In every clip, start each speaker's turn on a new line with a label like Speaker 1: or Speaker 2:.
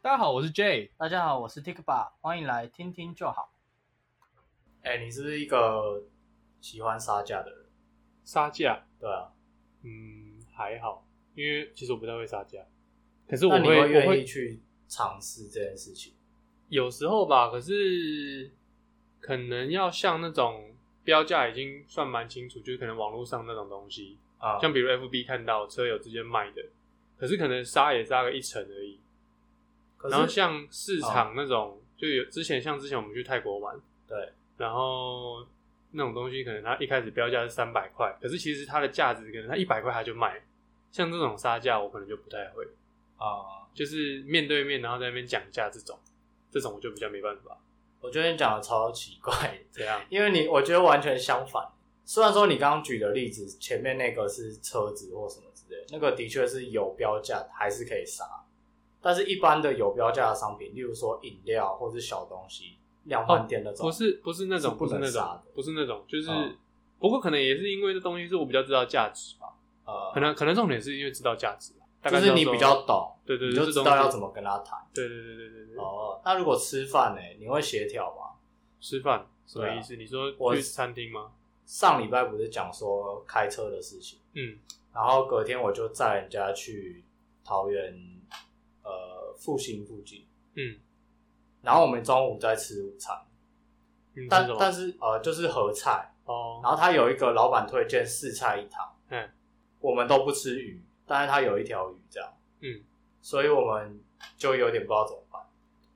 Speaker 1: 大家好，我是 J。
Speaker 2: 大家好，我是 Tikba，欢迎来听听就好。
Speaker 3: 哎、你是不是一个喜欢杀价的人？
Speaker 1: 杀价，
Speaker 3: 对啊，
Speaker 1: 嗯，还好，因为其实我不太会杀价，可是我
Speaker 3: 那你
Speaker 1: 会我
Speaker 3: 愿意
Speaker 1: 会
Speaker 3: 去尝试这件事情？
Speaker 1: 有时候吧，可是可能要像那种标价已经算蛮清楚，就是可能网络上那种东西，
Speaker 3: 啊、
Speaker 1: 像比如 FB 看到车友直接卖的，可是可能杀也杀个一成而已。
Speaker 3: 可
Speaker 1: 然后
Speaker 3: 是哦
Speaker 1: 像市场那种，就有之前像之前我们去泰国玩，
Speaker 3: 对，
Speaker 1: 然后那种东西可能它一开始标价是三百块，可是其实它的价值可能它一百块它就卖。像这种杀价，我可能就不太会，
Speaker 3: 啊、
Speaker 1: 就是面对面然后在那边讲价这种，这种我就比较没办法。
Speaker 3: 我觉得你讲的超奇怪，
Speaker 1: 怎样？
Speaker 3: 因为你我觉得完全相反。虽然说你刚刚举的例子，前面那个是车子或什么之类的，那个的确是有标价，还是可以杀。但是，一般的有标价的商品，例如说饮料或是小东西，量贩店那种，
Speaker 1: 哦不是不是那种，
Speaker 3: 是
Speaker 1: 不
Speaker 3: 不
Speaker 1: 是
Speaker 3: 能
Speaker 1: 那
Speaker 3: 杀
Speaker 1: 种
Speaker 3: 的，
Speaker 1: 不是那种，就是、
Speaker 3: 哦
Speaker 1: 不过可能也是因为这东西是我比较知道价值吧，可
Speaker 3: 呃，
Speaker 1: 能可能重点是因为知道价值吧，大
Speaker 3: 就
Speaker 1: 概
Speaker 3: 是
Speaker 1: 知道
Speaker 3: 你
Speaker 1: 说
Speaker 3: 比较懂，
Speaker 1: 对对
Speaker 3: 你
Speaker 1: 对，
Speaker 3: 就
Speaker 1: 这
Speaker 3: 知
Speaker 1: 东
Speaker 3: 道
Speaker 1: 西
Speaker 3: 要怎么跟他谈。
Speaker 1: 对对对对对对。
Speaker 3: 哦，那如果吃饭呢、你会协调吗？
Speaker 1: 吃饭什么
Speaker 3: 对啊
Speaker 1: 意思？你说
Speaker 3: 我
Speaker 1: 去餐厅吗？
Speaker 3: 上礼拜不是讲说开车的事情，
Speaker 1: 嗯，
Speaker 3: 然后隔天我就载人家去桃园，呃，复兴附近，
Speaker 1: 嗯，
Speaker 3: 然后我们中午在吃午餐，
Speaker 1: 你吃
Speaker 3: 但
Speaker 1: 什么
Speaker 3: 但？是呃，就是合菜，
Speaker 1: 哦，
Speaker 3: 然后他有一个老板推荐四菜一汤，
Speaker 1: 嗯，
Speaker 3: 我们都不吃鱼，但是他有一条鱼这样，
Speaker 1: 嗯，
Speaker 3: 所以我们就有点不知道怎么办，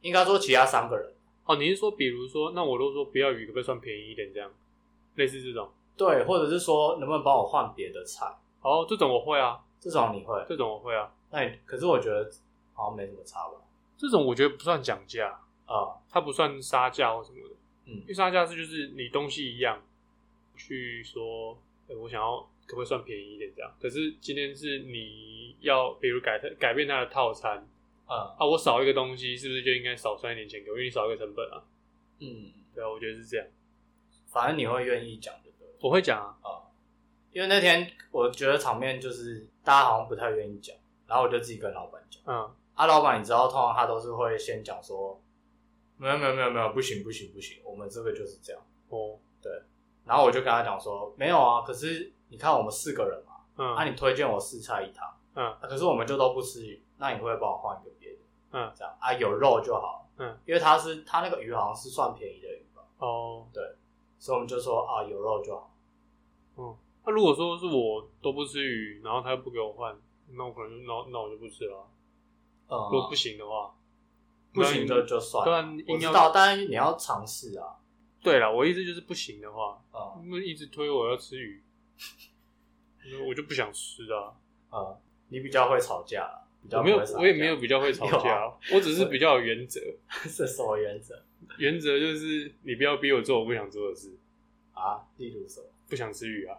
Speaker 3: 应该说其他三个人，
Speaker 1: 哦，你是说，比如说，那我如果说不要鱼，可不可以算便宜一点这样？类似这种。
Speaker 3: 对，或者是说能不能帮我换别的菜，
Speaker 1: 哦，这种我会啊，
Speaker 3: 这种你会，
Speaker 1: 这种我会啊，
Speaker 3: 那你可是我觉得好像没什么差吧。
Speaker 1: 这种我觉得不算讲价，
Speaker 3: 啊、
Speaker 1: 它不算杀价或什么的。
Speaker 3: 嗯
Speaker 1: 因为杀价是就是你东西一样，去说，哎、我想要可不可以算便宜一点这样？可是今天是你要，比如改它改变它的套餐
Speaker 3: 嗯
Speaker 1: 啊，我少一个东西，是不是就应该少算一点钱给我？因为你少一个成本啊。
Speaker 3: 嗯，
Speaker 1: 对啊，我觉得是这样。
Speaker 3: 反正你会愿意讲就对了
Speaker 1: 我会讲啊，
Speaker 3: 啊、因为那天我觉得场面就是大家好像不太愿意讲，然后我就自己跟老板讲，
Speaker 1: 嗯，
Speaker 3: 啊，老板你知道，通常他都是会先讲说，没有没有没有没有，不行不行不行，我们这个就是这样，
Speaker 1: 哦，
Speaker 3: 然后我就跟他讲说，没有啊，可是你看我们四个人嘛，
Speaker 1: 嗯，
Speaker 3: 啊，你推荐我四菜一汤，
Speaker 1: 嗯
Speaker 3: 啊可是我们就都不吃鱼，那你会帮我换一个别的，
Speaker 1: 嗯，
Speaker 3: 这样啊，有肉就好，
Speaker 1: 嗯，
Speaker 3: 因为他是他那个鱼好像是算便宜的鱼吧，
Speaker 1: 哦，
Speaker 3: 所以我们就说啊，有肉就好。
Speaker 1: 嗯，那、如果说是我都不吃鱼，然后他又不给我换，那我可能就那那我就不吃了啊。
Speaker 3: 嗯
Speaker 1: 如果不行的话，
Speaker 3: 不行就就算
Speaker 1: 对
Speaker 3: 了。
Speaker 1: 啊，
Speaker 3: 我
Speaker 1: 硬
Speaker 3: 知
Speaker 1: 要
Speaker 3: 道，但是你要尝试啊。
Speaker 1: 对了，我意思就是不行的话，
Speaker 3: 嗯
Speaker 1: 那一直推我要吃鱼，那我就不想吃啊。
Speaker 3: 嗯，你比较会吵架啦，比较
Speaker 1: 我
Speaker 3: 不
Speaker 1: 没
Speaker 3: 会
Speaker 1: 有
Speaker 3: 吵，架
Speaker 1: 我也没有比较会吵
Speaker 3: 有
Speaker 1: 架
Speaker 3: 啊
Speaker 1: 啊，我只是比较有原则，
Speaker 3: 是什么原则
Speaker 1: 原则就是你不要逼我做我不想做的事，
Speaker 3: 啊？例如什么？
Speaker 1: 不想吃鱼啊。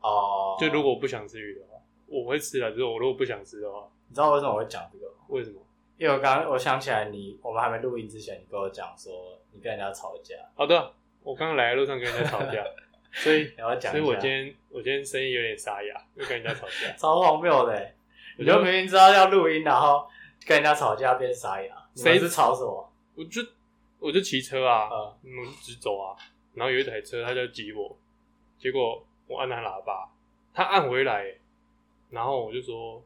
Speaker 3: 哦，
Speaker 1: 就如果我不想吃鱼的话，我会吃啊，就是我如果不想吃的话，
Speaker 3: 你知道为什么我会讲这个吗？
Speaker 1: 为什么？
Speaker 3: 因为我刚刚我想起来你，我们还没录音之前，你跟我讲说你跟人家吵架，
Speaker 1: 好的，我刚刚来的路上跟人家吵架， 所以
Speaker 3: 你要讲一
Speaker 1: 所
Speaker 3: 下。。
Speaker 1: 以我今天我今天声音有点沙哑，又跟人家吵架
Speaker 3: 超荒谬的欸，
Speaker 1: 我
Speaker 3: 你
Speaker 1: 就
Speaker 3: 就明明知道要录音，然后跟人家吵架变傻眼，你
Speaker 1: 谁
Speaker 3: 们是吵什么？
Speaker 1: 我就我就骑车啊，
Speaker 3: 嗯
Speaker 1: 嗯我就直走啊，然后有一台车他就挤我，结果我按他喇叭，他按回来，然后我就说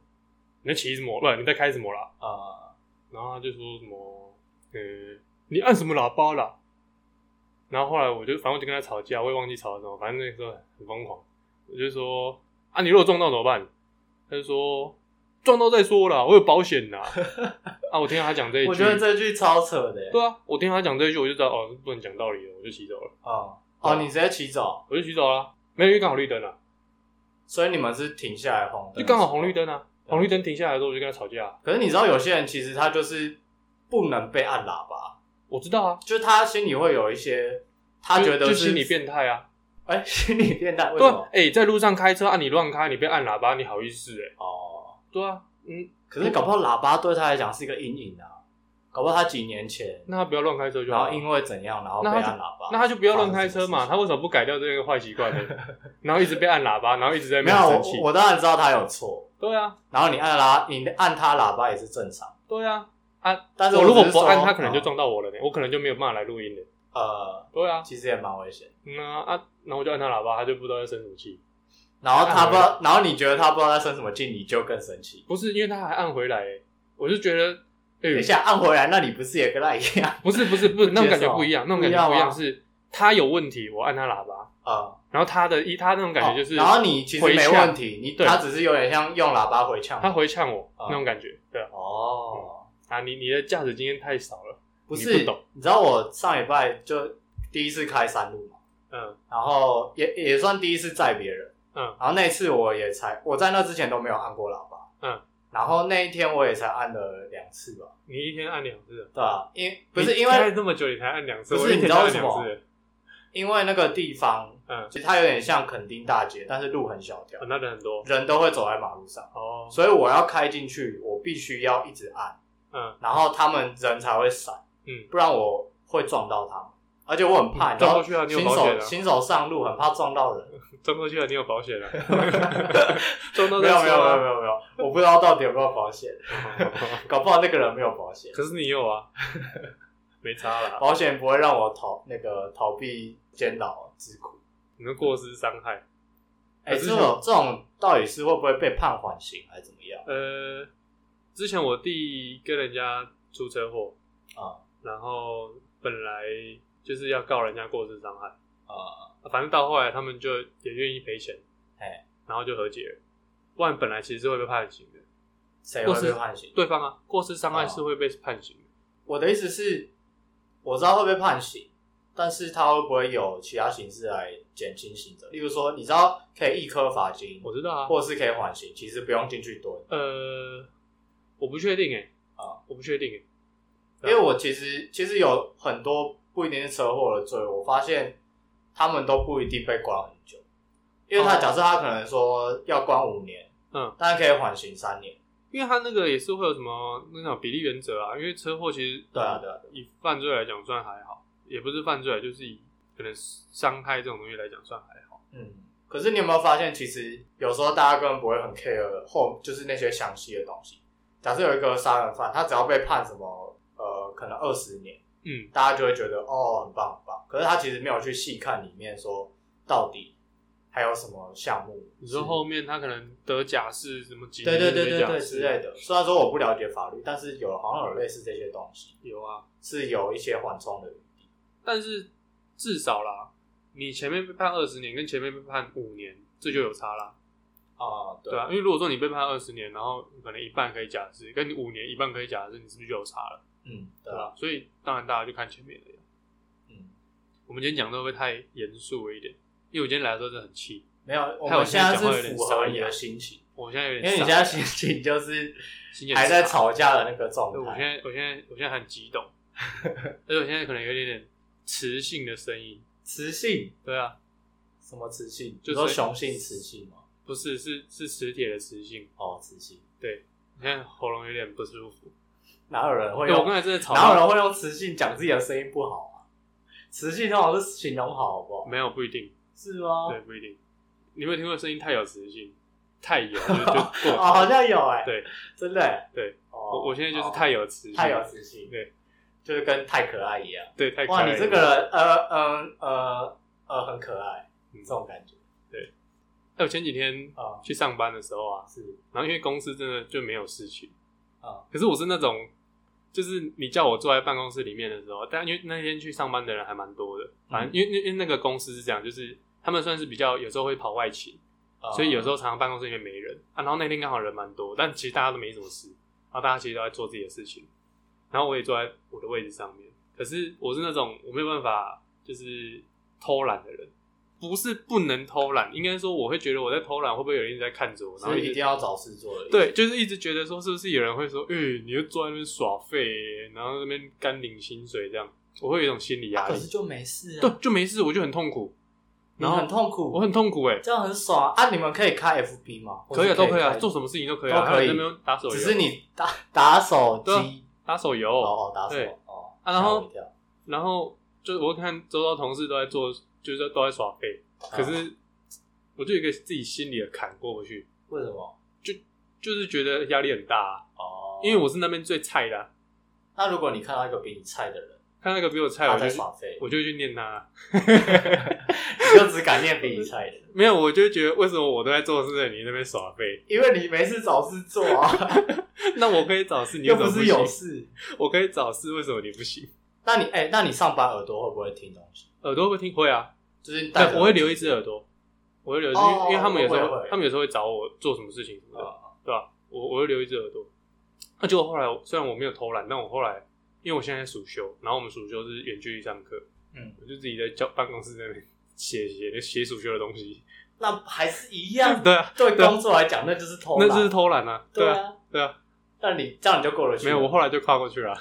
Speaker 1: 你在骑什么？不，你在开什么啦？
Speaker 3: 啊
Speaker 1: 然后他就说什么呃你按什么喇叭啦？然后后来我就反正我就跟他吵架，我也忘记吵了什么，反正那个时候很疯狂。我就说啊，你如果撞到怎么办？他就说撞到再说啦，我有保险 呐。啊，我听到他讲这一句，
Speaker 3: 我觉得这句超扯的欸。
Speaker 1: 对啊，我听他讲这一句，我就知道哦，不能讲道理了，我就骑走了，
Speaker 3: 哦哦，你直接骑走，
Speaker 1: 我就骑走了，没有，因为刚好绿灯啊，
Speaker 3: 所以你们是停下来红灯，
Speaker 1: 就刚好红绿。灯啊，
Speaker 3: 对
Speaker 1: 红绿灯停下来的时候，我就跟他吵架啊，
Speaker 3: 可是你知道，有些人其实他就是不能被按喇叭，
Speaker 1: 我知道啊，
Speaker 3: 就他心里会有一些，他
Speaker 1: 就
Speaker 3: 觉得
Speaker 1: 就是心理，变态啊，
Speaker 3: 哎、 心理变态，为
Speaker 1: 对
Speaker 3: 什
Speaker 1: 啊
Speaker 3: 么，？
Speaker 1: 哎、在路上开车啊，你乱开，你被按喇叭，你好意思哎、
Speaker 3: 哦，
Speaker 1: 对啊，嗯，
Speaker 3: 可是搞不好喇叭对他来讲是一个阴影啊，搞不好他几年前，
Speaker 1: 那他不要乱开车就
Speaker 3: 然
Speaker 1: 好
Speaker 3: 后
Speaker 1: 了。
Speaker 3: 因为怎样，然后
Speaker 1: 嗯那
Speaker 3: 被
Speaker 1: 他就
Speaker 3: 按喇叭，
Speaker 1: 那他就不要乱开车嘛，
Speaker 3: 发生什么
Speaker 1: 他
Speaker 3: 事情
Speaker 1: 为什么不改掉这个坏习惯呢？ 然后一直被按喇叭，然后一直在那
Speaker 3: 没
Speaker 1: 边生
Speaker 3: 有，
Speaker 1: 气
Speaker 3: 我。我当然知道他有错，
Speaker 1: 对啊，
Speaker 3: 然后你按喇，你按他喇叭也是正常，
Speaker 1: 对啊，啊，
Speaker 3: 但是
Speaker 1: 我
Speaker 3: 我
Speaker 1: 如果
Speaker 3: 只是
Speaker 1: 不
Speaker 3: 说
Speaker 1: 按，他可能就
Speaker 3: 嗯
Speaker 1: 撞到我了呢，我可能就没有办法来录音了。
Speaker 3: 呃，
Speaker 1: 对啊，
Speaker 3: 其实也蛮危险。
Speaker 1: 那啊，然后我就按他喇叭，他就不知道在生什么气。
Speaker 3: 然后他不知
Speaker 1: 按
Speaker 3: 道，然后你觉得他不知道在生什么劲，你就更生气。
Speaker 1: 不是因为他还按回来、欸，我就觉得，哎、
Speaker 3: 等一下按回来，那你不是也跟他一样？
Speaker 1: 不是不是不是，那种感觉不一样，那种感觉不一
Speaker 3: 不一样啊
Speaker 1: 样
Speaker 3: 吗
Speaker 1: 是，他有问题，我按他喇叭，
Speaker 3: 啊、
Speaker 1: 然后他的一他那种感觉就是，
Speaker 3: 哦然后你其实
Speaker 1: 回
Speaker 3: 没
Speaker 1: 呛
Speaker 3: 问题，你
Speaker 1: 对
Speaker 3: 他只是有点像用喇叭回呛你。
Speaker 1: 他回呛我、
Speaker 3: 啊
Speaker 1: 那种感觉，对啊
Speaker 3: 哦，
Speaker 1: 啊，你你的价值经验太少了，
Speaker 3: 不
Speaker 1: 你
Speaker 3: 是，
Speaker 1: 不懂
Speaker 3: 你知道我上礼拜就第一次开山路嘛，
Speaker 1: 嗯
Speaker 3: 然后也也算第一次载别人，
Speaker 1: 嗯，
Speaker 3: 然后那次我也才我在那之前都没有按过喇叭，
Speaker 1: 嗯，
Speaker 3: 然后那一天我也才按了两次吧，
Speaker 1: 你一天按两次，
Speaker 3: 对啊，因不是
Speaker 1: 你
Speaker 3: 因
Speaker 1: 开
Speaker 3: 为
Speaker 1: 了这么久你才按两次，
Speaker 3: 不是
Speaker 1: 我一
Speaker 3: 你
Speaker 1: 天
Speaker 3: 知
Speaker 1: 就
Speaker 3: 道
Speaker 1: 按
Speaker 3: 为什么
Speaker 1: 两次，
Speaker 3: 因为那个地方
Speaker 1: 嗯，
Speaker 3: 其实它有点像垦丁大街，但是路很小条
Speaker 1: 哦，那人很多
Speaker 3: 人都会走在马路上，
Speaker 1: 哦，
Speaker 3: 所以我要开进去，我必须要一直按，
Speaker 1: 嗯，
Speaker 3: 然后他们人才会闪，
Speaker 1: 嗯，
Speaker 3: 不然我会撞到他们，而且我很怕，
Speaker 1: 嗯
Speaker 3: 你知
Speaker 1: 撞
Speaker 3: 道
Speaker 1: 过去啊你有
Speaker 3: 新
Speaker 1: 保
Speaker 3: 手
Speaker 1: 险啊
Speaker 3: 新手上路很怕撞到人，
Speaker 1: 撞过去了，你有保险 了，撞到啊
Speaker 3: 没有没有没有
Speaker 1: 有，
Speaker 3: 没有没有，我不知道到底有没有保险，搞不好那个人没有保险，
Speaker 1: 可是你有啊，没差啦，
Speaker 3: 保险不会让我逃那个逃避监牢之苦。
Speaker 1: 你的过失伤害。
Speaker 3: 哎、
Speaker 1: 可是
Speaker 3: 这种这种到底是会不会被判缓刑还是怎么样？
Speaker 1: 呃，之前我弟跟人家出车祸
Speaker 3: 啊，
Speaker 1: 然后本来就是要告人家过失伤害，
Speaker 3: 呃，
Speaker 1: 反正到后来他们就也愿意赔钱，
Speaker 3: 哎，
Speaker 1: 然后就和解了。不然本来其实是会被判刑的，
Speaker 3: 谁
Speaker 1: 或
Speaker 3: 会被
Speaker 1: 是
Speaker 3: 判刑？
Speaker 1: 对方啊，过失伤害
Speaker 3: 哦
Speaker 1: 是会被判刑的。
Speaker 3: 我的意思是，我知道会被判刑，但是他会不会有其他形式来减轻刑责？例如说，你知道可以一颗罚金，
Speaker 1: 我知道啊，
Speaker 3: 或者是可以缓刑，其实不用进去蹲，
Speaker 1: 呃，我不确定哎、
Speaker 3: 啊，
Speaker 1: 我不确定哎、
Speaker 3: 因为我其实其实有很多不一定是车祸的罪，我发现他们都不一定被关很久，因为他
Speaker 1: 哦
Speaker 3: 假设他可能说要关五年，
Speaker 1: 嗯，
Speaker 3: 但可以缓刑三年，
Speaker 1: 因为他那个也是会有什么那种比例原则啊，因为车祸其实
Speaker 3: 对啊对啊
Speaker 1: 以犯罪来讲算还好，也不是犯罪，啊就是以可能伤害这种东西来讲算还好。
Speaker 3: 嗯。可是你有没有发现，其实有时候大家根本不会很 care 后，就是那些详细的东西。假设有一个杀人犯，他只要被判什么，呃，可能二十年，
Speaker 1: 嗯，
Speaker 3: 大家就会觉得哦，很棒很棒。可是他其实没有去细看里面说到底还有什么项目是，
Speaker 1: 你说后面他可能得假释什么几
Speaker 3: 对对对
Speaker 1: 年得
Speaker 3: 对
Speaker 1: 假
Speaker 3: 对
Speaker 1: 释啊
Speaker 3: 之类的。虽然说我不了解法律，但是有好像有类似这些东西，
Speaker 1: 有啊，
Speaker 3: 是有一些缓冲的余地。
Speaker 1: 但是至少啦，你前面被判二十年跟前面被判五年，这就有差啦，
Speaker 3: 啊、对
Speaker 1: 对啊，因为如果说你被判二十年，然后可能一半可以假释，跟你五年一半可以假释，你是不是就有差了？
Speaker 3: 嗯，
Speaker 1: 对
Speaker 3: 对啊，
Speaker 1: 吧、所以当然大家就看前面了。
Speaker 3: 嗯，
Speaker 1: 我们今天讲的会不会太严肃了一点？因为我今天来的时候真的很气，
Speaker 3: 没有，我
Speaker 1: 看我
Speaker 3: 们
Speaker 1: 现
Speaker 3: 现
Speaker 1: 在
Speaker 3: 在
Speaker 1: 讲话有
Speaker 3: 是
Speaker 1: 点
Speaker 3: 符合
Speaker 1: 沙
Speaker 3: 你
Speaker 1: 哑
Speaker 3: 的心情，
Speaker 1: 我现在有
Speaker 3: 因
Speaker 1: 点
Speaker 3: 为你
Speaker 1: 傻
Speaker 3: 现在心情就是
Speaker 1: 心情
Speaker 3: 还在
Speaker 1: 傻
Speaker 3: 吵架的那个状
Speaker 1: 对我现
Speaker 3: 态。
Speaker 1: 在我现在我现在很激 动，而且我现在可能有点点磁性的声音。
Speaker 3: 雌性
Speaker 1: 对啊，
Speaker 3: 什么雌性？
Speaker 1: 就
Speaker 3: 就是说雄性雌性吗？
Speaker 1: 不是是是磁铁的磁性，
Speaker 3: 哦，雌性，
Speaker 1: 现在喉咙有点不舒服。
Speaker 3: 哪有人会
Speaker 1: 对，我
Speaker 3: 用？
Speaker 1: 刚才真的吵
Speaker 3: 哪有
Speaker 1: 到
Speaker 3: 人会用雌性讲自己的声音不好啊？雌性通常是形容好，好不好？
Speaker 1: 没有不一定，
Speaker 3: 是吗？
Speaker 1: 对不一定。你有没有听过声音太有磁性，太有就 就过
Speaker 3: 哦，好像有哎、
Speaker 1: 对，
Speaker 3: 真的、欸。
Speaker 1: 对，
Speaker 3: 哦
Speaker 1: 我我现在就是
Speaker 3: 好
Speaker 1: 太有磁性，
Speaker 3: 太有磁性，
Speaker 1: 对，
Speaker 3: 就是跟太可爱一样。
Speaker 1: 对太可爱
Speaker 3: 哇，
Speaker 1: 了
Speaker 3: 你这个人，呃呃呃呃，很可爱，
Speaker 1: 嗯
Speaker 3: 这种感觉
Speaker 1: 哎，我前几天
Speaker 3: 啊、
Speaker 1: 去上班的时候啊，
Speaker 3: 是
Speaker 1: 然后因为公司真的就没有事情，
Speaker 3: 啊、
Speaker 1: 可是我是那种，就是你叫我坐在办公室里面的时候，但因为那天去上班的人还蛮多的，反正
Speaker 3: 嗯
Speaker 1: 因为因为因为那个公司是这样，就是他们算是比较有时候会跑外勤，
Speaker 3: 呃
Speaker 1: 所以有时候常常办公室里面没人啊。然后那天刚好人蛮多，但其实大家都没什么事，然后大家其实都在做自己的事情，然后我也坐在我的位置上面。可是我是那种我没有办法就是偷懒的人，不是不能偷懒，应该说我会觉得我在偷懒，会不会有人一直在看着我，然后
Speaker 3: 所以
Speaker 1: 直
Speaker 3: 一定要找事做的。
Speaker 1: 对，就是一直觉得说，是不是有人会说，嗯、你就坐在那边耍废耶，然后那边干领薪水这样，我会有一种心理
Speaker 3: 啊，
Speaker 1: 压力
Speaker 3: 可。是就没事啊，
Speaker 1: 对，就没事，我就很痛苦，
Speaker 3: 你
Speaker 1: 然后
Speaker 3: 很痛苦，
Speaker 1: 我很痛苦哎、
Speaker 3: 这样很爽啊！啊你们可以开 FB 吗？
Speaker 1: 可以啊，
Speaker 3: 我是
Speaker 1: 都可以啊，
Speaker 3: 开
Speaker 1: 做什么事情都可以
Speaker 3: 都
Speaker 1: 啊，
Speaker 3: 可以
Speaker 1: 那边打手游，
Speaker 3: 只是你 打打手
Speaker 1: 对啊
Speaker 3: 机，
Speaker 1: 打手游，
Speaker 3: 哦哦，打手
Speaker 1: 对
Speaker 3: 哦，
Speaker 1: 啊然后
Speaker 3: 吓我一跳
Speaker 1: 然后就我看周遭同事都在做，就是都在耍废，
Speaker 3: 嗯
Speaker 1: 可是我就有一个自己心里的坎过不去，
Speaker 3: 为什么？
Speaker 1: 就是觉得压力很大啊、
Speaker 3: 哦，
Speaker 1: 因为我是那边最菜的啊、
Speaker 3: 那如果你看到一个比你菜的人，
Speaker 1: 看那个比我菜，
Speaker 3: 他
Speaker 1: 我
Speaker 3: 在
Speaker 1: 就去
Speaker 3: 耍飞，
Speaker 1: 我就去念他。
Speaker 3: 你就只敢念比你菜的，
Speaker 1: 没有，我就觉得为什么我都在做事，你那边耍废？
Speaker 3: 因为你没事找事做啊，
Speaker 1: 那我可以找事，你
Speaker 3: 又
Speaker 1: 为什
Speaker 3: 不
Speaker 1: 么
Speaker 3: 是
Speaker 1: 行
Speaker 3: 有事。
Speaker 1: 我可以找事，为什么你不行？
Speaker 3: 那你哎、那你上班耳朵会不会听东西？
Speaker 1: 耳朵会听会啊，
Speaker 3: 就是戴着
Speaker 1: 对，我会留一只耳朵，我会留一只，因
Speaker 3: 哦
Speaker 1: 为因为他们有时
Speaker 3: 会
Speaker 1: 候
Speaker 3: 会
Speaker 1: 他们有时候会找我做什么事情什么的，
Speaker 3: 哦
Speaker 1: 对吧？我我会留一只耳朵。那结果后来我虽然我没有偷懒，但我后来因为我现在暑休，然后我们暑休是远距离上课，
Speaker 3: 嗯，
Speaker 1: 我就自己在教办公室那边写写 写暑休的东西。
Speaker 3: 那还是一样。
Speaker 1: 对啊，
Speaker 3: 对
Speaker 1: 对啊
Speaker 3: 工作来讲，那就是偷
Speaker 1: 那
Speaker 3: 懒。
Speaker 1: 就是偷懒啊，
Speaker 3: 对
Speaker 1: 啊，
Speaker 3: 啊。
Speaker 1: 对啊，
Speaker 3: 那你这样你就过得去
Speaker 1: 没
Speaker 3: 了。
Speaker 1: 有，我后来就跨过去 了，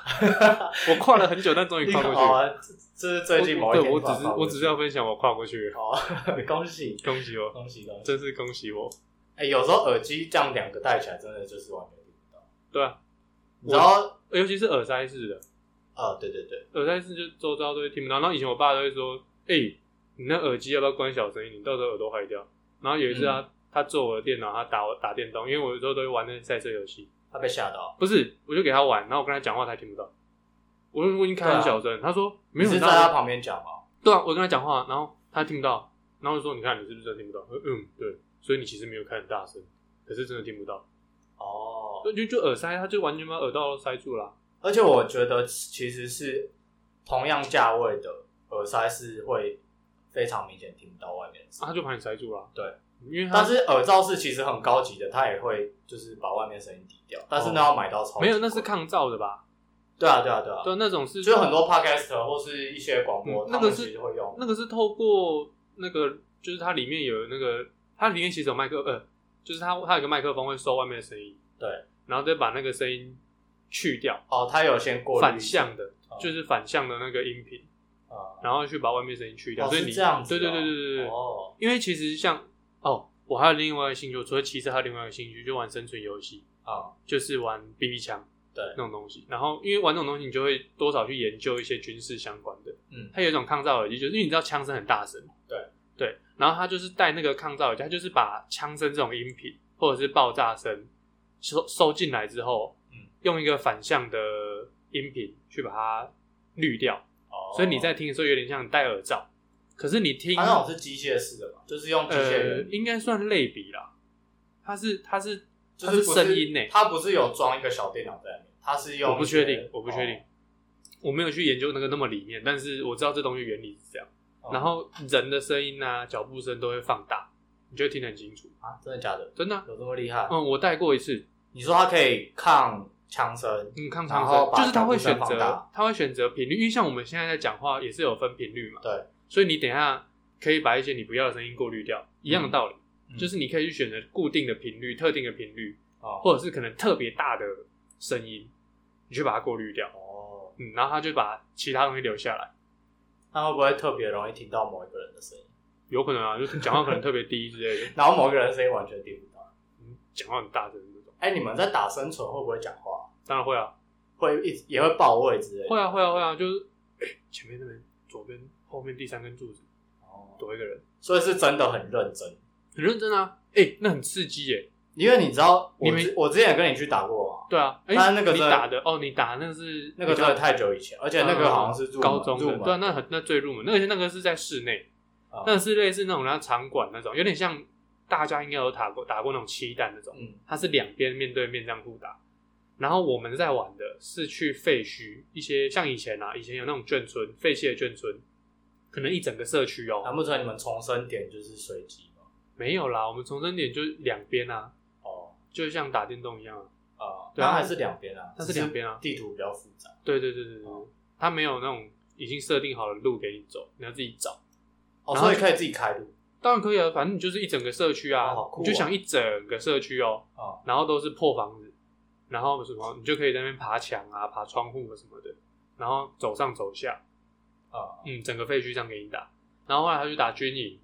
Speaker 1: 我跨了很久，但终于
Speaker 3: 你
Speaker 1: 跨过去
Speaker 3: 好
Speaker 1: 了。
Speaker 3: 啊，这这是最近某
Speaker 1: 我
Speaker 3: 一
Speaker 1: 对
Speaker 3: 天
Speaker 1: 我
Speaker 3: 突然
Speaker 1: 只是
Speaker 3: 发
Speaker 1: 我
Speaker 3: 过
Speaker 1: 只
Speaker 3: 去
Speaker 1: 是要分享我跨过去了，
Speaker 3: 好啊，恭喜
Speaker 1: 恭喜我，
Speaker 3: 恭喜恭喜！
Speaker 1: 真是恭喜我。
Speaker 3: 哎、有时候耳机这样两个戴起来，真的就是完全听不到。
Speaker 1: 对啊，
Speaker 3: 你知道？
Speaker 1: 尤其是耳塞式的，
Speaker 3: 啊，对对对，
Speaker 1: 耳塞式就周遭都会听不到。然后以前我爸都会说：“哎、你那耳机要不要关小声音？你到时候耳朵坏掉。”然后有一次啊，他坐我的电脑，他打我打电动，因为啊我有时候都会玩那些赛车游戏，
Speaker 3: 他被吓到。
Speaker 1: 不是，我就给他玩，然后我跟他讲话，他也听不到。我就我已经开很小声，他说没有，
Speaker 3: 你是
Speaker 1: 你
Speaker 3: 在
Speaker 1: 知道
Speaker 3: 他
Speaker 1: 我
Speaker 3: 旁边讲吗？
Speaker 1: 对啊，我跟他讲话，然后他听不到，然后我就说：“你看，你是不是真的听不到？”他说嗯，对，所以你其实没有开很大声，可是真的听不到。
Speaker 3: 哦，
Speaker 1: 就就就耳塞，他就完全把耳道都塞住了、
Speaker 3: 而且我觉得其实是同样价位的耳塞是会非常明显听不到外面的声
Speaker 1: 啊他
Speaker 3: 音，
Speaker 1: 就把你塞住了、
Speaker 3: 对，
Speaker 1: 因为他
Speaker 3: 但是耳罩是其实很高级的，它也会就是把外面声音抵掉，但是那要买到超级贵
Speaker 1: 哦没有，那是抗噪的吧？
Speaker 3: 对啊对啊对啊，
Speaker 1: 对，那种是
Speaker 3: 就是很多 podcast 或是一些广播，
Speaker 1: 嗯
Speaker 3: 他
Speaker 1: 那个
Speaker 3: 们
Speaker 1: 是
Speaker 3: 其实会用
Speaker 1: 那个是透过那个，就是它里面有那个，它里面其实有麦克，呃，就是它它有个麦克风会收外面的声音，
Speaker 3: 对，
Speaker 1: 然后再把那个声音去掉，
Speaker 3: 哦，它有先过滤
Speaker 1: 反向的，
Speaker 3: 哦
Speaker 1: 就是反向的那个音频，
Speaker 3: 啊，
Speaker 1: 然后去把外面声音去掉，
Speaker 3: 哦
Speaker 1: 所以
Speaker 3: 是
Speaker 1: 你
Speaker 3: 这样子
Speaker 1: 对
Speaker 3: 哦，
Speaker 1: 对对对对对，
Speaker 3: 哦，
Speaker 1: 因为其实像哦，我还有另外一个兴趣，我除了骑车还有另外一个兴趣，就玩生存游戏，
Speaker 3: 啊
Speaker 1: 就是玩 BB 枪，
Speaker 3: 对
Speaker 1: 那种东西。然后因为玩这种东西，你就会多少去研究一些军事相关的。
Speaker 3: 嗯
Speaker 1: 它有一种抗噪耳机，就是因为你知道枪声很大声，
Speaker 3: 对
Speaker 1: 对，然后它就是带那个抗噪耳机，它就是把枪声这种音频或者是爆炸声收收进来之后，
Speaker 3: 嗯
Speaker 1: 用一个反向的音频去把它滤掉，
Speaker 3: 哦，
Speaker 1: 所以你在听的时候有点像戴耳罩，可是你听
Speaker 3: 它那种是机械式的嘛，就是用机械
Speaker 1: 呃
Speaker 3: 原，理，
Speaker 1: 应该算类比啦。它是它是
Speaker 3: 就
Speaker 1: 它
Speaker 3: 是不
Speaker 1: 声音呢、欸
Speaker 3: 它不是有装一个小电脑在里面，它是用
Speaker 1: 我不
Speaker 3: 一些哦
Speaker 1: 确定，我不确定，，我没有去研究那个那么里面，但是我知道这东西原理是这样。
Speaker 3: 哦
Speaker 1: 然后人的声音啊、脚步声都会放大，你就会听得很清楚，
Speaker 3: 啊，真的假的？
Speaker 1: 真的啊、
Speaker 3: 有这么厉害？
Speaker 1: 嗯，我戴过一次，
Speaker 3: 你说它可以抗枪声，
Speaker 1: 嗯，抗
Speaker 3: 然
Speaker 1: 长
Speaker 3: 后
Speaker 1: 声
Speaker 3: 把
Speaker 1: 就是他会选
Speaker 3: 脚步声放
Speaker 1: 择
Speaker 3: 大，
Speaker 1: 他会选择频率，因为像我们现在在讲话也是有分频率嘛，
Speaker 3: 对，
Speaker 1: 所以你等一下可以把一些你不要的声音过滤掉，一样的道理，
Speaker 3: 嗯
Speaker 1: 就是你可以去选择固定的频率、特定的频率，
Speaker 3: 哦
Speaker 1: 或者是可能特别大的声音，你去把它过滤掉，
Speaker 3: 哦，
Speaker 1: 嗯，然后他就把其他东西留下来。
Speaker 3: 那会不会特别容易听到某一个人的声音？
Speaker 1: 有可能啊，就是讲话可能特别低之类的，
Speaker 3: 然后某一个人的声音完全听不到。
Speaker 1: 嗯讲话很大声那种。
Speaker 3: 哎、你们在打生存会不会讲话？
Speaker 1: 当然会啊，
Speaker 3: 会一直也会报位之类的？
Speaker 1: 会啊，会啊，会啊，就是、哎前面那边、左边、后面第三根柱子
Speaker 3: 哦，
Speaker 1: 躲一个人，
Speaker 3: 所以是真的很认真，
Speaker 1: 很认真啊。哎、那很刺激耶、
Speaker 3: 因为你知道我
Speaker 1: 你们
Speaker 3: 之我之前也跟你去打过嘛，
Speaker 1: 对啊，哎、
Speaker 3: 但那个
Speaker 1: 你
Speaker 3: 真的
Speaker 1: 打的哦，你打那个是
Speaker 3: 那个真的太久以前，而且那个好像是入门
Speaker 1: 高中
Speaker 3: 入
Speaker 1: 的，
Speaker 3: 门
Speaker 1: 对啊，那很那最入门，那而且那个是在室内，
Speaker 3: 啊
Speaker 1: 那是类似那种人家场馆那种，有点像大家应该有打过打过那种七弹那种，
Speaker 3: 嗯
Speaker 1: 它是两边面对面这样互打。然后我们在玩的是去废墟，一些像以前啊，以前有那种眷村废弃的眷村，可能一整个社区哦，
Speaker 3: 难不成你们重生点就是随机吗？
Speaker 1: 没有啦，我们重生点就是两边啊，
Speaker 3: 哦
Speaker 1: 就像打电动一样啊。
Speaker 3: 啊，
Speaker 1: 对啊
Speaker 3: 那还是两边啊，
Speaker 1: 它是两边啊
Speaker 3: 只是地图比较复杂。
Speaker 1: 对对对对对
Speaker 3: 哦，
Speaker 1: 它没有那种已经设定好的路给你走，你要自己找。
Speaker 3: 哦，
Speaker 1: 然后
Speaker 3: 所以可以自己开路
Speaker 1: 当然可以啊，反正你就是一整个社区啊，
Speaker 3: 哦好酷哦
Speaker 1: 你就想一整个社区哦，
Speaker 3: 啊，
Speaker 1: 然后都是破房子，然后什么你就可以在那边爬墙啊、爬窗户什么的，然后走上走下，
Speaker 3: 啊，
Speaker 1: 嗯，整个废墟这样给你打。然后后来他就打军营，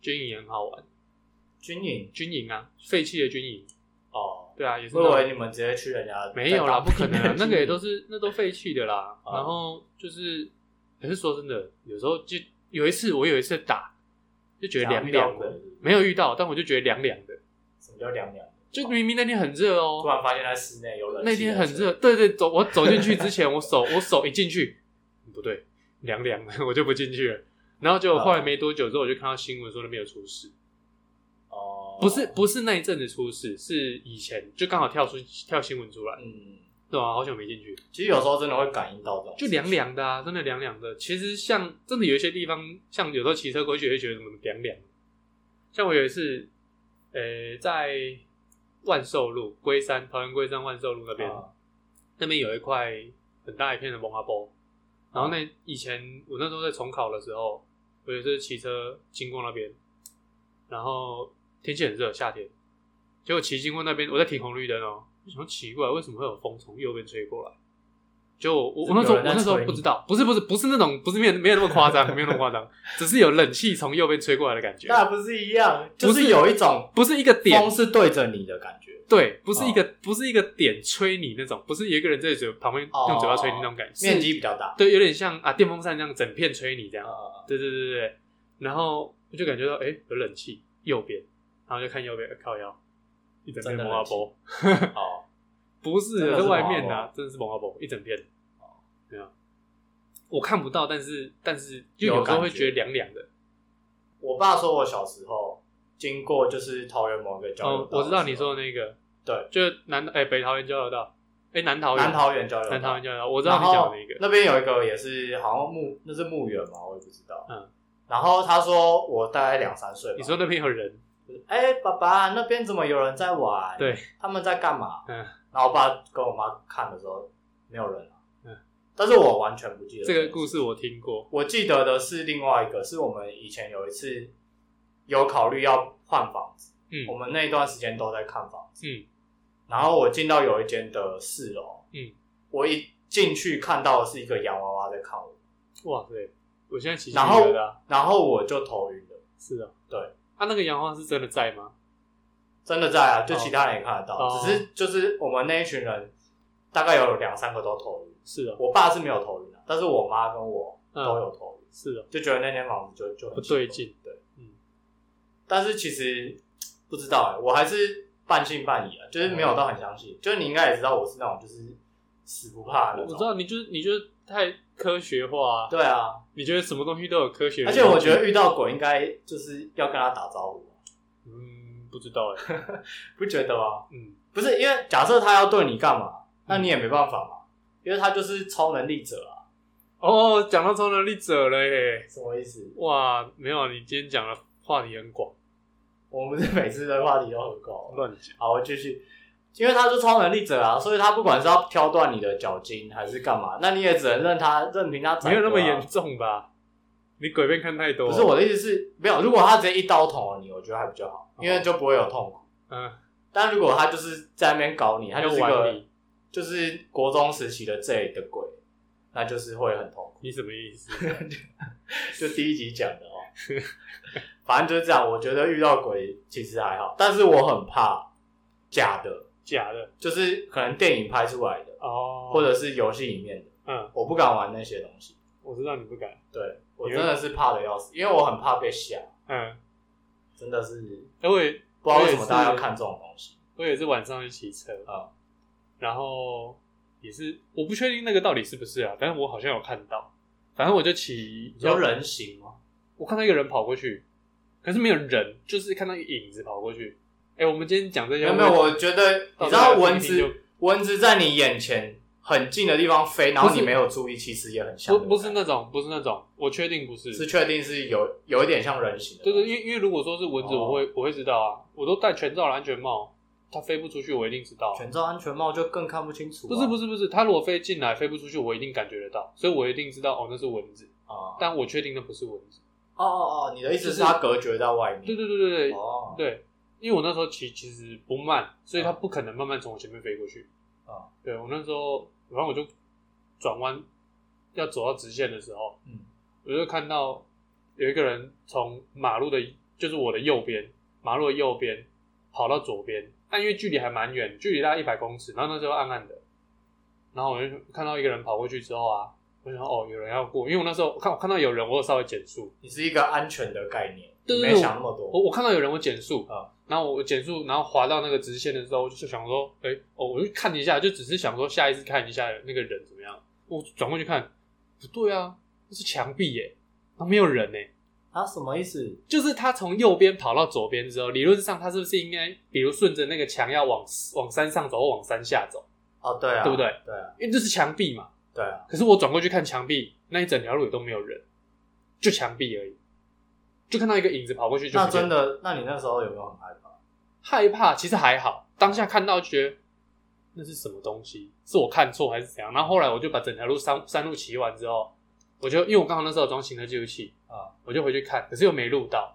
Speaker 1: 军营也很好玩，
Speaker 3: 军营
Speaker 1: 军营啊，废弃的军营，
Speaker 3: 哦，
Speaker 1: 对啊，也是
Speaker 3: 我
Speaker 1: 那
Speaker 3: 以
Speaker 1: 种
Speaker 3: 为你们直接去人家
Speaker 1: 没有啦，不可能啊，那个也都
Speaker 3: 是
Speaker 1: 是那都废弃的啦。
Speaker 3: 啊
Speaker 1: 然后就是，可是说真的，有时候就有一次我有一次打，就觉得凉凉的，没有遇到，但我就觉得凉凉的。
Speaker 3: 什么叫凉凉的？啊
Speaker 1: 就明明那天很热
Speaker 3: 突
Speaker 1: 哦，
Speaker 3: 哦然发现在室内有冷气，啊
Speaker 1: 那天很热，，对对，走我走进去之前，我手我手一进去，嗯不对，凉凉的，我就不进去了。然后就后来
Speaker 3: 啊
Speaker 1: 没多久之后，我就看到新闻说那边有出事，
Speaker 3: 哦，
Speaker 1: 不是，不是那一阵子出事，是以前就刚好跳出跳新闻出来，
Speaker 3: 嗯，
Speaker 1: 对吧、好久没进去，
Speaker 3: 其实有时候真的会感应到这种，
Speaker 1: 就凉，凉的啊，真的凉凉的。其实像真的有一些地方，像有时候骑车过去也会觉得怎么凉凉。像我有一次，呃、在万寿路龟山桃园龟山万寿路那边，
Speaker 3: 啊
Speaker 1: 那边有一块很大一片的蒙阿波。然后那以前我那时候在重考的时候，我也是骑车经过那边，然后天气很热，夏天，结果骑经过那边，我在停红绿灯哦，我想说奇怪，为什么会有风从右边吹过来？就我我我那时候我
Speaker 3: 有人在
Speaker 1: 那时候
Speaker 3: 吹你
Speaker 1: 不知道，不是不是不是那种不是没有没有那么夸张，没有那么夸张，只是有冷气从右边吹过来的感觉，
Speaker 3: 那不是一样，就
Speaker 1: 不是
Speaker 3: 是有一种
Speaker 1: 不是一个点
Speaker 3: 风，哦是对着你的感觉，
Speaker 1: 对，不是一个、不是一个点吹你那种，不是有一个人在嘴旁边用嘴巴吹你那种感觉，
Speaker 3: 哦面积比较大，
Speaker 1: 对，有点像啊电风扇这样整片吹你这样。
Speaker 3: 呃，
Speaker 1: 对对对对对，然后我就感觉到哎、诶有冷气右边，然后就看右边呃靠腰，一整片
Speaker 3: 真的
Speaker 1: 蒙阿
Speaker 3: 冷气
Speaker 1: 波，
Speaker 3: 哦，
Speaker 1: 不是
Speaker 3: 真的
Speaker 1: 在
Speaker 3: 是
Speaker 1: 外
Speaker 3: 蒙阿
Speaker 1: 面的、啊
Speaker 3: 波哦
Speaker 1: 真的是蒙阿波一整片。对啊，我看不到，但是但是就
Speaker 3: 有
Speaker 1: 有时候
Speaker 3: 感
Speaker 1: 会
Speaker 3: 觉
Speaker 1: 觉得凉凉的。
Speaker 3: 我爸说我小时候经过就是桃园某一个交流
Speaker 1: 哦
Speaker 3: 道，，
Speaker 1: 我知道你说的那个，
Speaker 3: 对，
Speaker 1: 就是南哎、北桃园交流道，哎、南桃园
Speaker 3: 南桃园交流道
Speaker 1: 南桃园交流道，我知
Speaker 3: 然
Speaker 1: 道你讲
Speaker 3: 后
Speaker 1: 的那个，
Speaker 3: 那边有一个也是好像墓，那是墓园嘛，我也不知道。
Speaker 1: 嗯。
Speaker 3: 然后他说我大概两三岁吧。
Speaker 1: 你说那边有人，
Speaker 3: 哎、爸爸，那边怎么有人在玩？
Speaker 1: 对，
Speaker 3: 他们在干嘛？
Speaker 1: 嗯，
Speaker 3: 然后我爸跟我妈看的时候，没有人啊。
Speaker 1: 嗯。
Speaker 3: 但是我完全不记得
Speaker 1: 这个
Speaker 3: 件
Speaker 1: 故事我听过，
Speaker 3: 我记得的是另外一个，是我们以前有一次有考虑要换房子，
Speaker 1: 嗯
Speaker 3: 我们那一段时间都在看房子，
Speaker 1: 嗯，
Speaker 3: 然后我进到有一间的四楼，
Speaker 1: 嗯，
Speaker 3: 我一进去看到的是一个洋娃娃在看我，
Speaker 1: 哇塞，我现在起鸡皮
Speaker 3: 然后
Speaker 1: 疙瘩，
Speaker 3: 然后我就头晕了，
Speaker 1: 是啊，
Speaker 3: 对，
Speaker 1: 啊，那个洋花是真的在吗？
Speaker 3: 真的在啊，就其他人也看得到，
Speaker 1: 哦
Speaker 3: 只是就是我们那一群人大概有两三个都头晕，
Speaker 1: 是啊，
Speaker 3: 我爸是没有头晕的，但是我妈跟我
Speaker 1: 嗯
Speaker 3: 都有头晕，
Speaker 1: 是啊，
Speaker 3: 就觉得那间房子就就很
Speaker 1: 不对
Speaker 3: 奇
Speaker 1: 劲
Speaker 3: 怪，对。
Speaker 1: 嗯，
Speaker 3: 但是其实不知道哎、我还是半信半疑啊，就是没有到很相信。就是你应该也知道，我是那种就是死不怕的那
Speaker 1: 嗯我
Speaker 3: 种。
Speaker 1: 知道你就是你就是太科学化、啊，
Speaker 3: 对啊，
Speaker 1: 你觉得什么东西都有科学的
Speaker 3: 而
Speaker 1: 根
Speaker 3: 且
Speaker 1: 据，
Speaker 3: 我觉得遇到鬼应该就是要跟他打招呼啊，
Speaker 1: 嗯，不知道 哎、
Speaker 3: 不觉得吗？
Speaker 1: 嗯，
Speaker 3: 不是，因为假设他要对你干嘛，那你也没办法嘛，因为他就是超能力者啊。
Speaker 1: 哦，讲到超能力者了耶，
Speaker 3: 什么意思？
Speaker 1: 哇，没有，啊你今天讲的话题很广，
Speaker 3: 我们不是每次的话题都很高。
Speaker 1: 乱讲，
Speaker 3: 好，我继续。因为他是超能力者啊，所以他不管是要挑断你的脚筋还是干嘛，那你也只能任他任凭他宰割啊、
Speaker 1: 没有那么严重吧？你鬼片看太多，
Speaker 3: 不是，我的意思是，没有。如果他直接一刀捅了你，我觉得还比较好，因为就不会有痛苦。
Speaker 1: 嗯，
Speaker 3: 但如果他就是在那边搞你，他就是一
Speaker 1: 玩
Speaker 3: 个
Speaker 1: 你，
Speaker 3: 就是国中时期的这里的鬼，那就是会很痛苦。
Speaker 1: 你什么意 思？
Speaker 3: 就第一集讲的哦， 反正就是这样。我觉得遇到鬼其实还好，但是我很怕假的，
Speaker 1: 假的
Speaker 3: 就是可能电影拍出来的，
Speaker 1: 哦，
Speaker 3: 或者是游戏里面的，
Speaker 1: 嗯，
Speaker 3: 我不敢玩那些东西。
Speaker 1: 我知道你不敢，
Speaker 3: 对我
Speaker 1: 因为
Speaker 3: 真的是怕的要死，因为我很怕被吓，
Speaker 1: 嗯，
Speaker 3: 真的是
Speaker 1: 哎我也
Speaker 3: 不知道为什
Speaker 1: 我也
Speaker 3: 么
Speaker 1: 是
Speaker 3: 大家要看这种东西。
Speaker 1: 我也是晚上去骑车
Speaker 3: 啊，
Speaker 1: 然后也是我不确定那个到底是不是啊，但是我好像有看到，反正我就骑，
Speaker 3: 有人形吗？
Speaker 1: 我看到一个人跑过去，可是没有人，就是看到一个影子跑过去。哎、我们今天讲这
Speaker 3: 没
Speaker 1: 些，
Speaker 3: 有没有，我觉得
Speaker 1: 到
Speaker 3: 你
Speaker 1: 时
Speaker 3: 知
Speaker 1: 候
Speaker 3: 道
Speaker 1: 有
Speaker 3: 蚊
Speaker 1: 听听
Speaker 3: 子，蚊子在你眼前很近的地方飞，然后
Speaker 1: 不是
Speaker 3: 你没有注意，其实也很像
Speaker 1: 就
Speaker 3: 那
Speaker 1: 不
Speaker 3: 种感
Speaker 1: 不是
Speaker 3: 觉。
Speaker 1: 那种，不是那种，我确定不是。
Speaker 3: 是确定是有有一点像人形的
Speaker 1: 对
Speaker 3: 东西。
Speaker 1: 对，因为因为如果说是蚊子，
Speaker 3: 哦
Speaker 1: 我会我会知道啊，我都戴全罩的安全帽，它飞不出去，我一定知道啊、
Speaker 3: 全罩安全帽就更看不清楚啊。
Speaker 1: 不是不是不是，它如果飞进来飞不出去，我一定感觉得到，所以我一定知道哦，那是蚊子，
Speaker 3: 啊，
Speaker 1: 但我确定那不是蚊子。
Speaker 3: 哦哦哦，你的意思
Speaker 1: 就是
Speaker 3: 是它隔绝在外面？
Speaker 1: 对对对对对，
Speaker 3: 哦，嗯
Speaker 1: 对，因为我那时候骑其实不慢，所以它不可能慢慢从我前面飞过去。
Speaker 3: 啊，
Speaker 1: 对我那时候，然后我就转弯要走到直线的时候，
Speaker 3: 嗯，
Speaker 1: 我就看到有一个人从马路的，就是我的右边，马路的右边跑到左边，但因为距离还蛮远，距离大概一百公尺，然后那时候暗暗的，然后我就看到一个人跑过去之后啊，我想哦，有人要过，因为我那时候我看我看到有人，我有稍微减速，
Speaker 3: 你是一个安全的概念，
Speaker 1: 对对对
Speaker 3: 你没想那么
Speaker 1: 我
Speaker 3: 多。
Speaker 1: 我看到有人，我减速，
Speaker 3: 啊
Speaker 1: 然后我减速，然后滑到那个直线的时候，我就是想说，哎、哦，我就看一下，就只是想说下一次看一下那个人怎么样。我转过去看，不对啊，那是墙壁耶，然后没有人呢。
Speaker 3: 啊，什么意思？
Speaker 1: 就是他从右边跑到左边之后，理论上他是不是应该，比如顺着那个墙要往往山上走或往山下走，
Speaker 3: 哦，对啊，
Speaker 1: 对不对？
Speaker 3: 对啊，
Speaker 1: 因为这是墙壁嘛。
Speaker 3: 对啊，
Speaker 1: 可是我转过去看墙壁，那一整条路也都没有人，就墙壁而已，就看到一个影子跑过去就
Speaker 3: 那
Speaker 1: 不见
Speaker 3: 真
Speaker 1: 了
Speaker 3: 的，那你那时候有没有很害怕？
Speaker 1: 害怕，其实还好，当下看到觉得那是什么东西，是我看错还是怎样？然后后来我就把整条路山山路骑完之后，我就因为我刚好那时候有装行车记录器，
Speaker 3: 啊、
Speaker 1: 我就回去看，可是又没录到，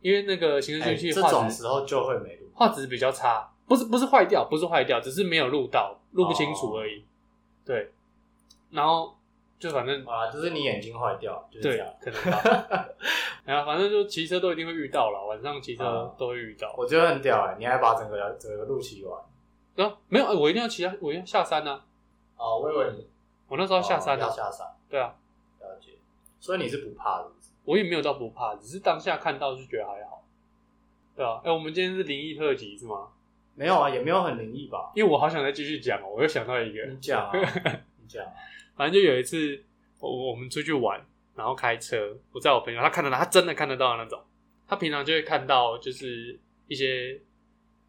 Speaker 1: 因为那个行车
Speaker 3: 哎
Speaker 1: 记录器
Speaker 3: 这
Speaker 1: 画
Speaker 3: 种
Speaker 1: 质
Speaker 3: 时候就会没录。
Speaker 1: 画质比较差，不是不是坏掉，不是坏掉，只是没有录到，录不清楚而
Speaker 3: 哦
Speaker 1: 已。对，然后就反正
Speaker 3: 啊，就是你眼睛坏掉，就是这
Speaker 1: 对
Speaker 3: 样。，
Speaker 1: 可能 吧。然后反正就骑车都一定会遇到了，晚上骑车
Speaker 3: 啊
Speaker 1: 都会遇到。
Speaker 3: 我觉得很屌哎、你还把整个整个路骑完。
Speaker 1: 然后没有，哎我一定要骑，我一定要下山啊！
Speaker 3: 哦，我以为你
Speaker 1: 我那时候要下山
Speaker 3: 哦
Speaker 1: 啊
Speaker 3: 要，下山，
Speaker 1: 对啊，
Speaker 3: 了解。所以你是不怕的，
Speaker 1: 我也没有到不怕，只是当下看到就觉得还好，对啊。哎、我们今天是灵异特辑是吗？
Speaker 3: 没有啊，也没有很灵异吧？
Speaker 1: 因为我好想再继续讲哦、我又想到一个，
Speaker 3: 你讲啊，你讲啊。
Speaker 1: 反正就有一次，我我们出去玩，然后开车，我在我朋友，他看得到，他真的看得到的那种。他平常就会看到就是一些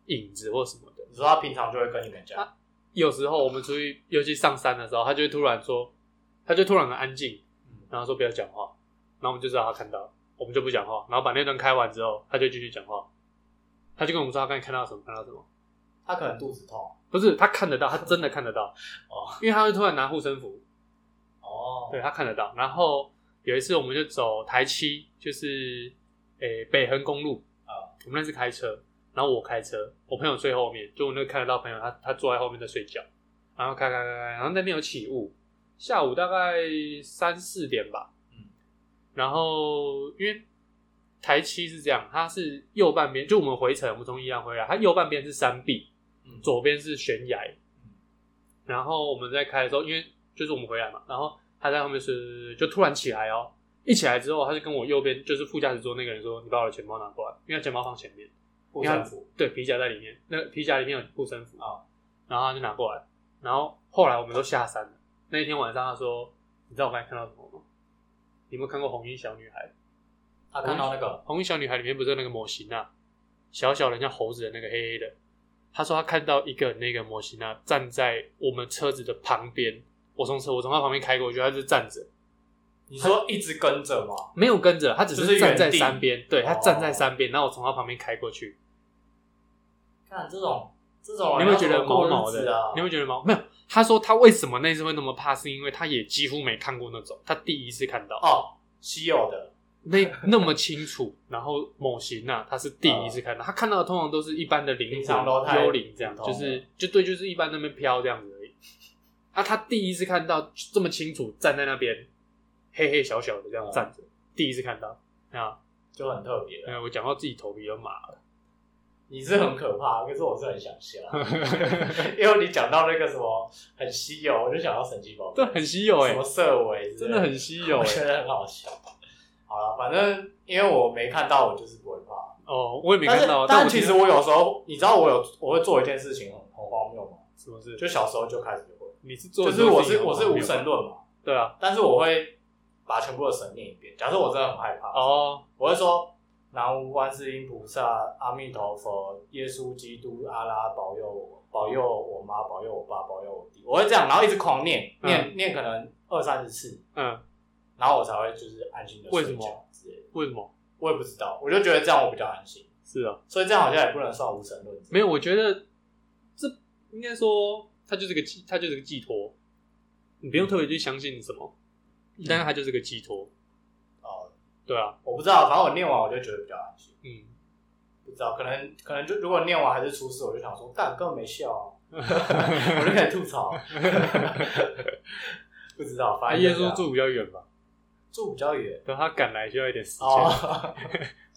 Speaker 1: 影子或什么的。
Speaker 3: 你说他平常就会跟你们讲，
Speaker 1: 啊有时候我们出去，尤其上山的时候，他就会突然说，他就突然很安静，
Speaker 3: 嗯
Speaker 1: 然后说不要讲话，然后我们就知道他看到了，我们就不讲话，然后把那段开完之后，他就继续讲话，他就跟我们说他刚才看到什么，看到什么。
Speaker 3: 他可能肚子痛。
Speaker 1: 不是他看得到，他真的看得到
Speaker 3: 哦，
Speaker 1: 因为他会突然拿护身符，
Speaker 3: 哦，
Speaker 1: 对他看得到。然后有一次我们就走台七，就是诶、北横公路
Speaker 3: 啊，
Speaker 1: 我们那次开车，然后我开车，我朋友最后面，就我那个看得到朋友，他他坐在后面在睡觉，然后开开开开，然后那边有起雾，下午大概三四点吧，
Speaker 3: 嗯
Speaker 1: 然后因为台七是这样，它是右半边，就我们回程，我们从宜兰回来，它右半边是山壁，
Speaker 3: 嗯，
Speaker 1: 左边是悬崖，然后我们在开的时候，因为就是我们回来嘛，然后他在后面是就突然起来哦，一起来之后，他就跟我右边就是副驾驶座那个人说：“你把我的钱包拿过来，因为他钱包放前面，
Speaker 3: 护身符。
Speaker 1: 对，皮夹在里面，那皮夹里面有护身符
Speaker 3: 啊，
Speaker 1: 然后他就拿过来，然后后来我们都下山了。那一天晚上，他说：“你知道我刚才看到什么吗？你有没有看过《红衣小女孩》？
Speaker 3: 他看到那个，
Speaker 1: 红衣小女孩里面不是有那个模型啊，小小的像猴子的那个黑黑的。他说他看到一个那个模型啊，站在我们车子的旁边。我从车我从他旁边开过去，他就站着，
Speaker 3: 你说一直跟着吗？
Speaker 1: 没有跟着，他只
Speaker 3: 就是是
Speaker 1: 站在
Speaker 3: 原地
Speaker 1: 山边。对，他
Speaker 3: 哦
Speaker 1: 站在山边，然后我从他旁边开过去。
Speaker 3: 看这种这种
Speaker 1: 你
Speaker 3: 人
Speaker 1: 会
Speaker 3: 要
Speaker 1: 觉
Speaker 3: 怎
Speaker 1: 得
Speaker 3: 么
Speaker 1: 毛
Speaker 3: 过日子啊，
Speaker 1: 毛的，你会觉得毛没有？他说他为什么那次会那么怕，是因为他也几乎没看过那种，他第一次看到
Speaker 3: 哦，稀有的，
Speaker 1: 那那么清楚，然后某型啊，他是第一次看到，他看到的通常都是一般的灵
Speaker 3: 平
Speaker 1: 魂
Speaker 3: 常都太
Speaker 1: 幽灵这样，
Speaker 3: 普
Speaker 1: 就
Speaker 3: 通
Speaker 1: 是
Speaker 3: 了
Speaker 1: 就对，就是一般那边飘这样子而已。啊，他第一次看到这么清楚站在那边，黑黑小小的这样
Speaker 3: 嗯
Speaker 1: 站着，第一次看到啊，
Speaker 3: 就很特别了。
Speaker 1: 哎，我讲到自己头皮都麻了，
Speaker 3: 你是很可怕，可是我是很想 笑，因为你讲到那个什么很稀有，我就想到神奇宝贝，
Speaker 1: 这很稀有哎、
Speaker 3: 什么色尾之
Speaker 1: 真
Speaker 3: 类，
Speaker 1: 的很稀有
Speaker 3: 我
Speaker 1: 哎、
Speaker 3: 觉欸得很欸好笑。好了，反正因为我没看到，我就是不会怕。
Speaker 1: 哦，我也没
Speaker 3: 但
Speaker 1: 看
Speaker 3: 是
Speaker 1: 到，但
Speaker 3: 但
Speaker 1: 我
Speaker 3: 其实
Speaker 1: 听
Speaker 3: 我有时候，你知道我有我会做一件事情很很荒谬吗？
Speaker 1: 什么事？
Speaker 3: 就小时候就开始会，
Speaker 1: 你是做
Speaker 3: 就
Speaker 1: 的
Speaker 3: 是我
Speaker 1: 事情
Speaker 3: 是我是
Speaker 1: 很荒
Speaker 3: 无
Speaker 1: 谬
Speaker 3: 神论嘛，
Speaker 1: 对啊，
Speaker 3: 但是我会把全部的神念一遍。假设我真的很害怕，
Speaker 1: 哦，
Speaker 3: 我会说南无观世音菩萨、阿弥陀佛、耶稣基督、阿拉保佑我，保佑我妈，保佑我爸，保佑我弟。我会这样，然后一直狂念，
Speaker 1: 嗯
Speaker 3: 念、念可能二三十次，
Speaker 1: 嗯，
Speaker 3: 然后我才会就是安心的
Speaker 1: 为什
Speaker 3: 睡
Speaker 1: 么
Speaker 3: 觉之类的。
Speaker 1: 为什么？
Speaker 3: 我也不知道，我就觉得这样我比较安心，
Speaker 1: 是啊，
Speaker 3: 所以这样好像也不能算无神论。
Speaker 1: 没有，我觉得这应该说，它就是个寄，它就是个寄托。你不用特别去相信什么，但是它就是个寄托。
Speaker 3: 哦，
Speaker 1: 对啊，
Speaker 3: 我不知道，反正我念完我就觉得比较安心。
Speaker 1: 嗯，
Speaker 3: 不知道，可能可能就如果念完还是出事，我就想说，干根本没笑 啊，我就开始吐槽。 不知道，
Speaker 1: 他
Speaker 3: 反正
Speaker 1: 啊耶
Speaker 3: 就这样
Speaker 1: 稣住比较远吧，
Speaker 3: 住比 较远
Speaker 1: 等他赶来需要一点时间。
Speaker 3: 哦，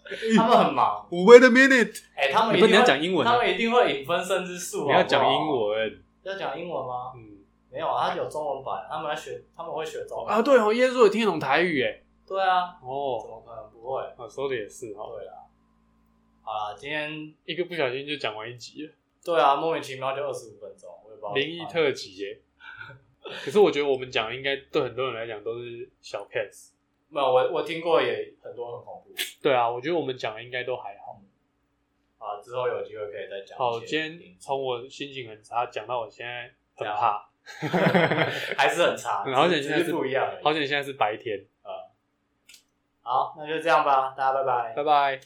Speaker 3: 他们很忙，
Speaker 1: Wait a minute，
Speaker 3: 哎、他们
Speaker 1: 你
Speaker 3: 一
Speaker 1: 不
Speaker 3: 定
Speaker 1: 你要哦
Speaker 3: 会
Speaker 1: 讲英文
Speaker 3: 他
Speaker 1: 啊，
Speaker 3: 们一定会引分身之术。
Speaker 1: 你要讲
Speaker 3: 好不好
Speaker 1: 英，文。
Speaker 3: 要讲英文吗？
Speaker 1: 嗯，
Speaker 3: 没有，啊，他有中文版，他们要学，他们会学中文。
Speaker 1: 啊，对哦，耶稣也听得懂台语诶。
Speaker 3: 对啊，怎
Speaker 1: 哦，
Speaker 3: 么可能不会？
Speaker 1: 我说的也是哦。
Speaker 3: 对啦，好啦，今天
Speaker 1: 一个不小心就讲完一集了，
Speaker 3: 对啊，莫名其妙就二十五分钟，我也不知道。
Speaker 1: 灵异特辑耶。可是我觉得我们讲的应该对很多人来讲都是小 case。
Speaker 3: 没有，我我听过也很多很恐怖。
Speaker 1: 对啊，我觉得我们讲的应该都还好。
Speaker 3: 啊，之后有机会可以再讲一些。
Speaker 1: 好，今天从我心情很差讲到我现在很
Speaker 3: 对啊
Speaker 1: 怕，
Speaker 3: 还是很 差，
Speaker 1: 然后
Speaker 3: 只
Speaker 1: 现在
Speaker 3: 只
Speaker 1: 是
Speaker 3: 是不一样而已。
Speaker 1: 好险现在是白天。
Speaker 3: 好，那就这样吧，大家拜拜。
Speaker 1: 拜拜。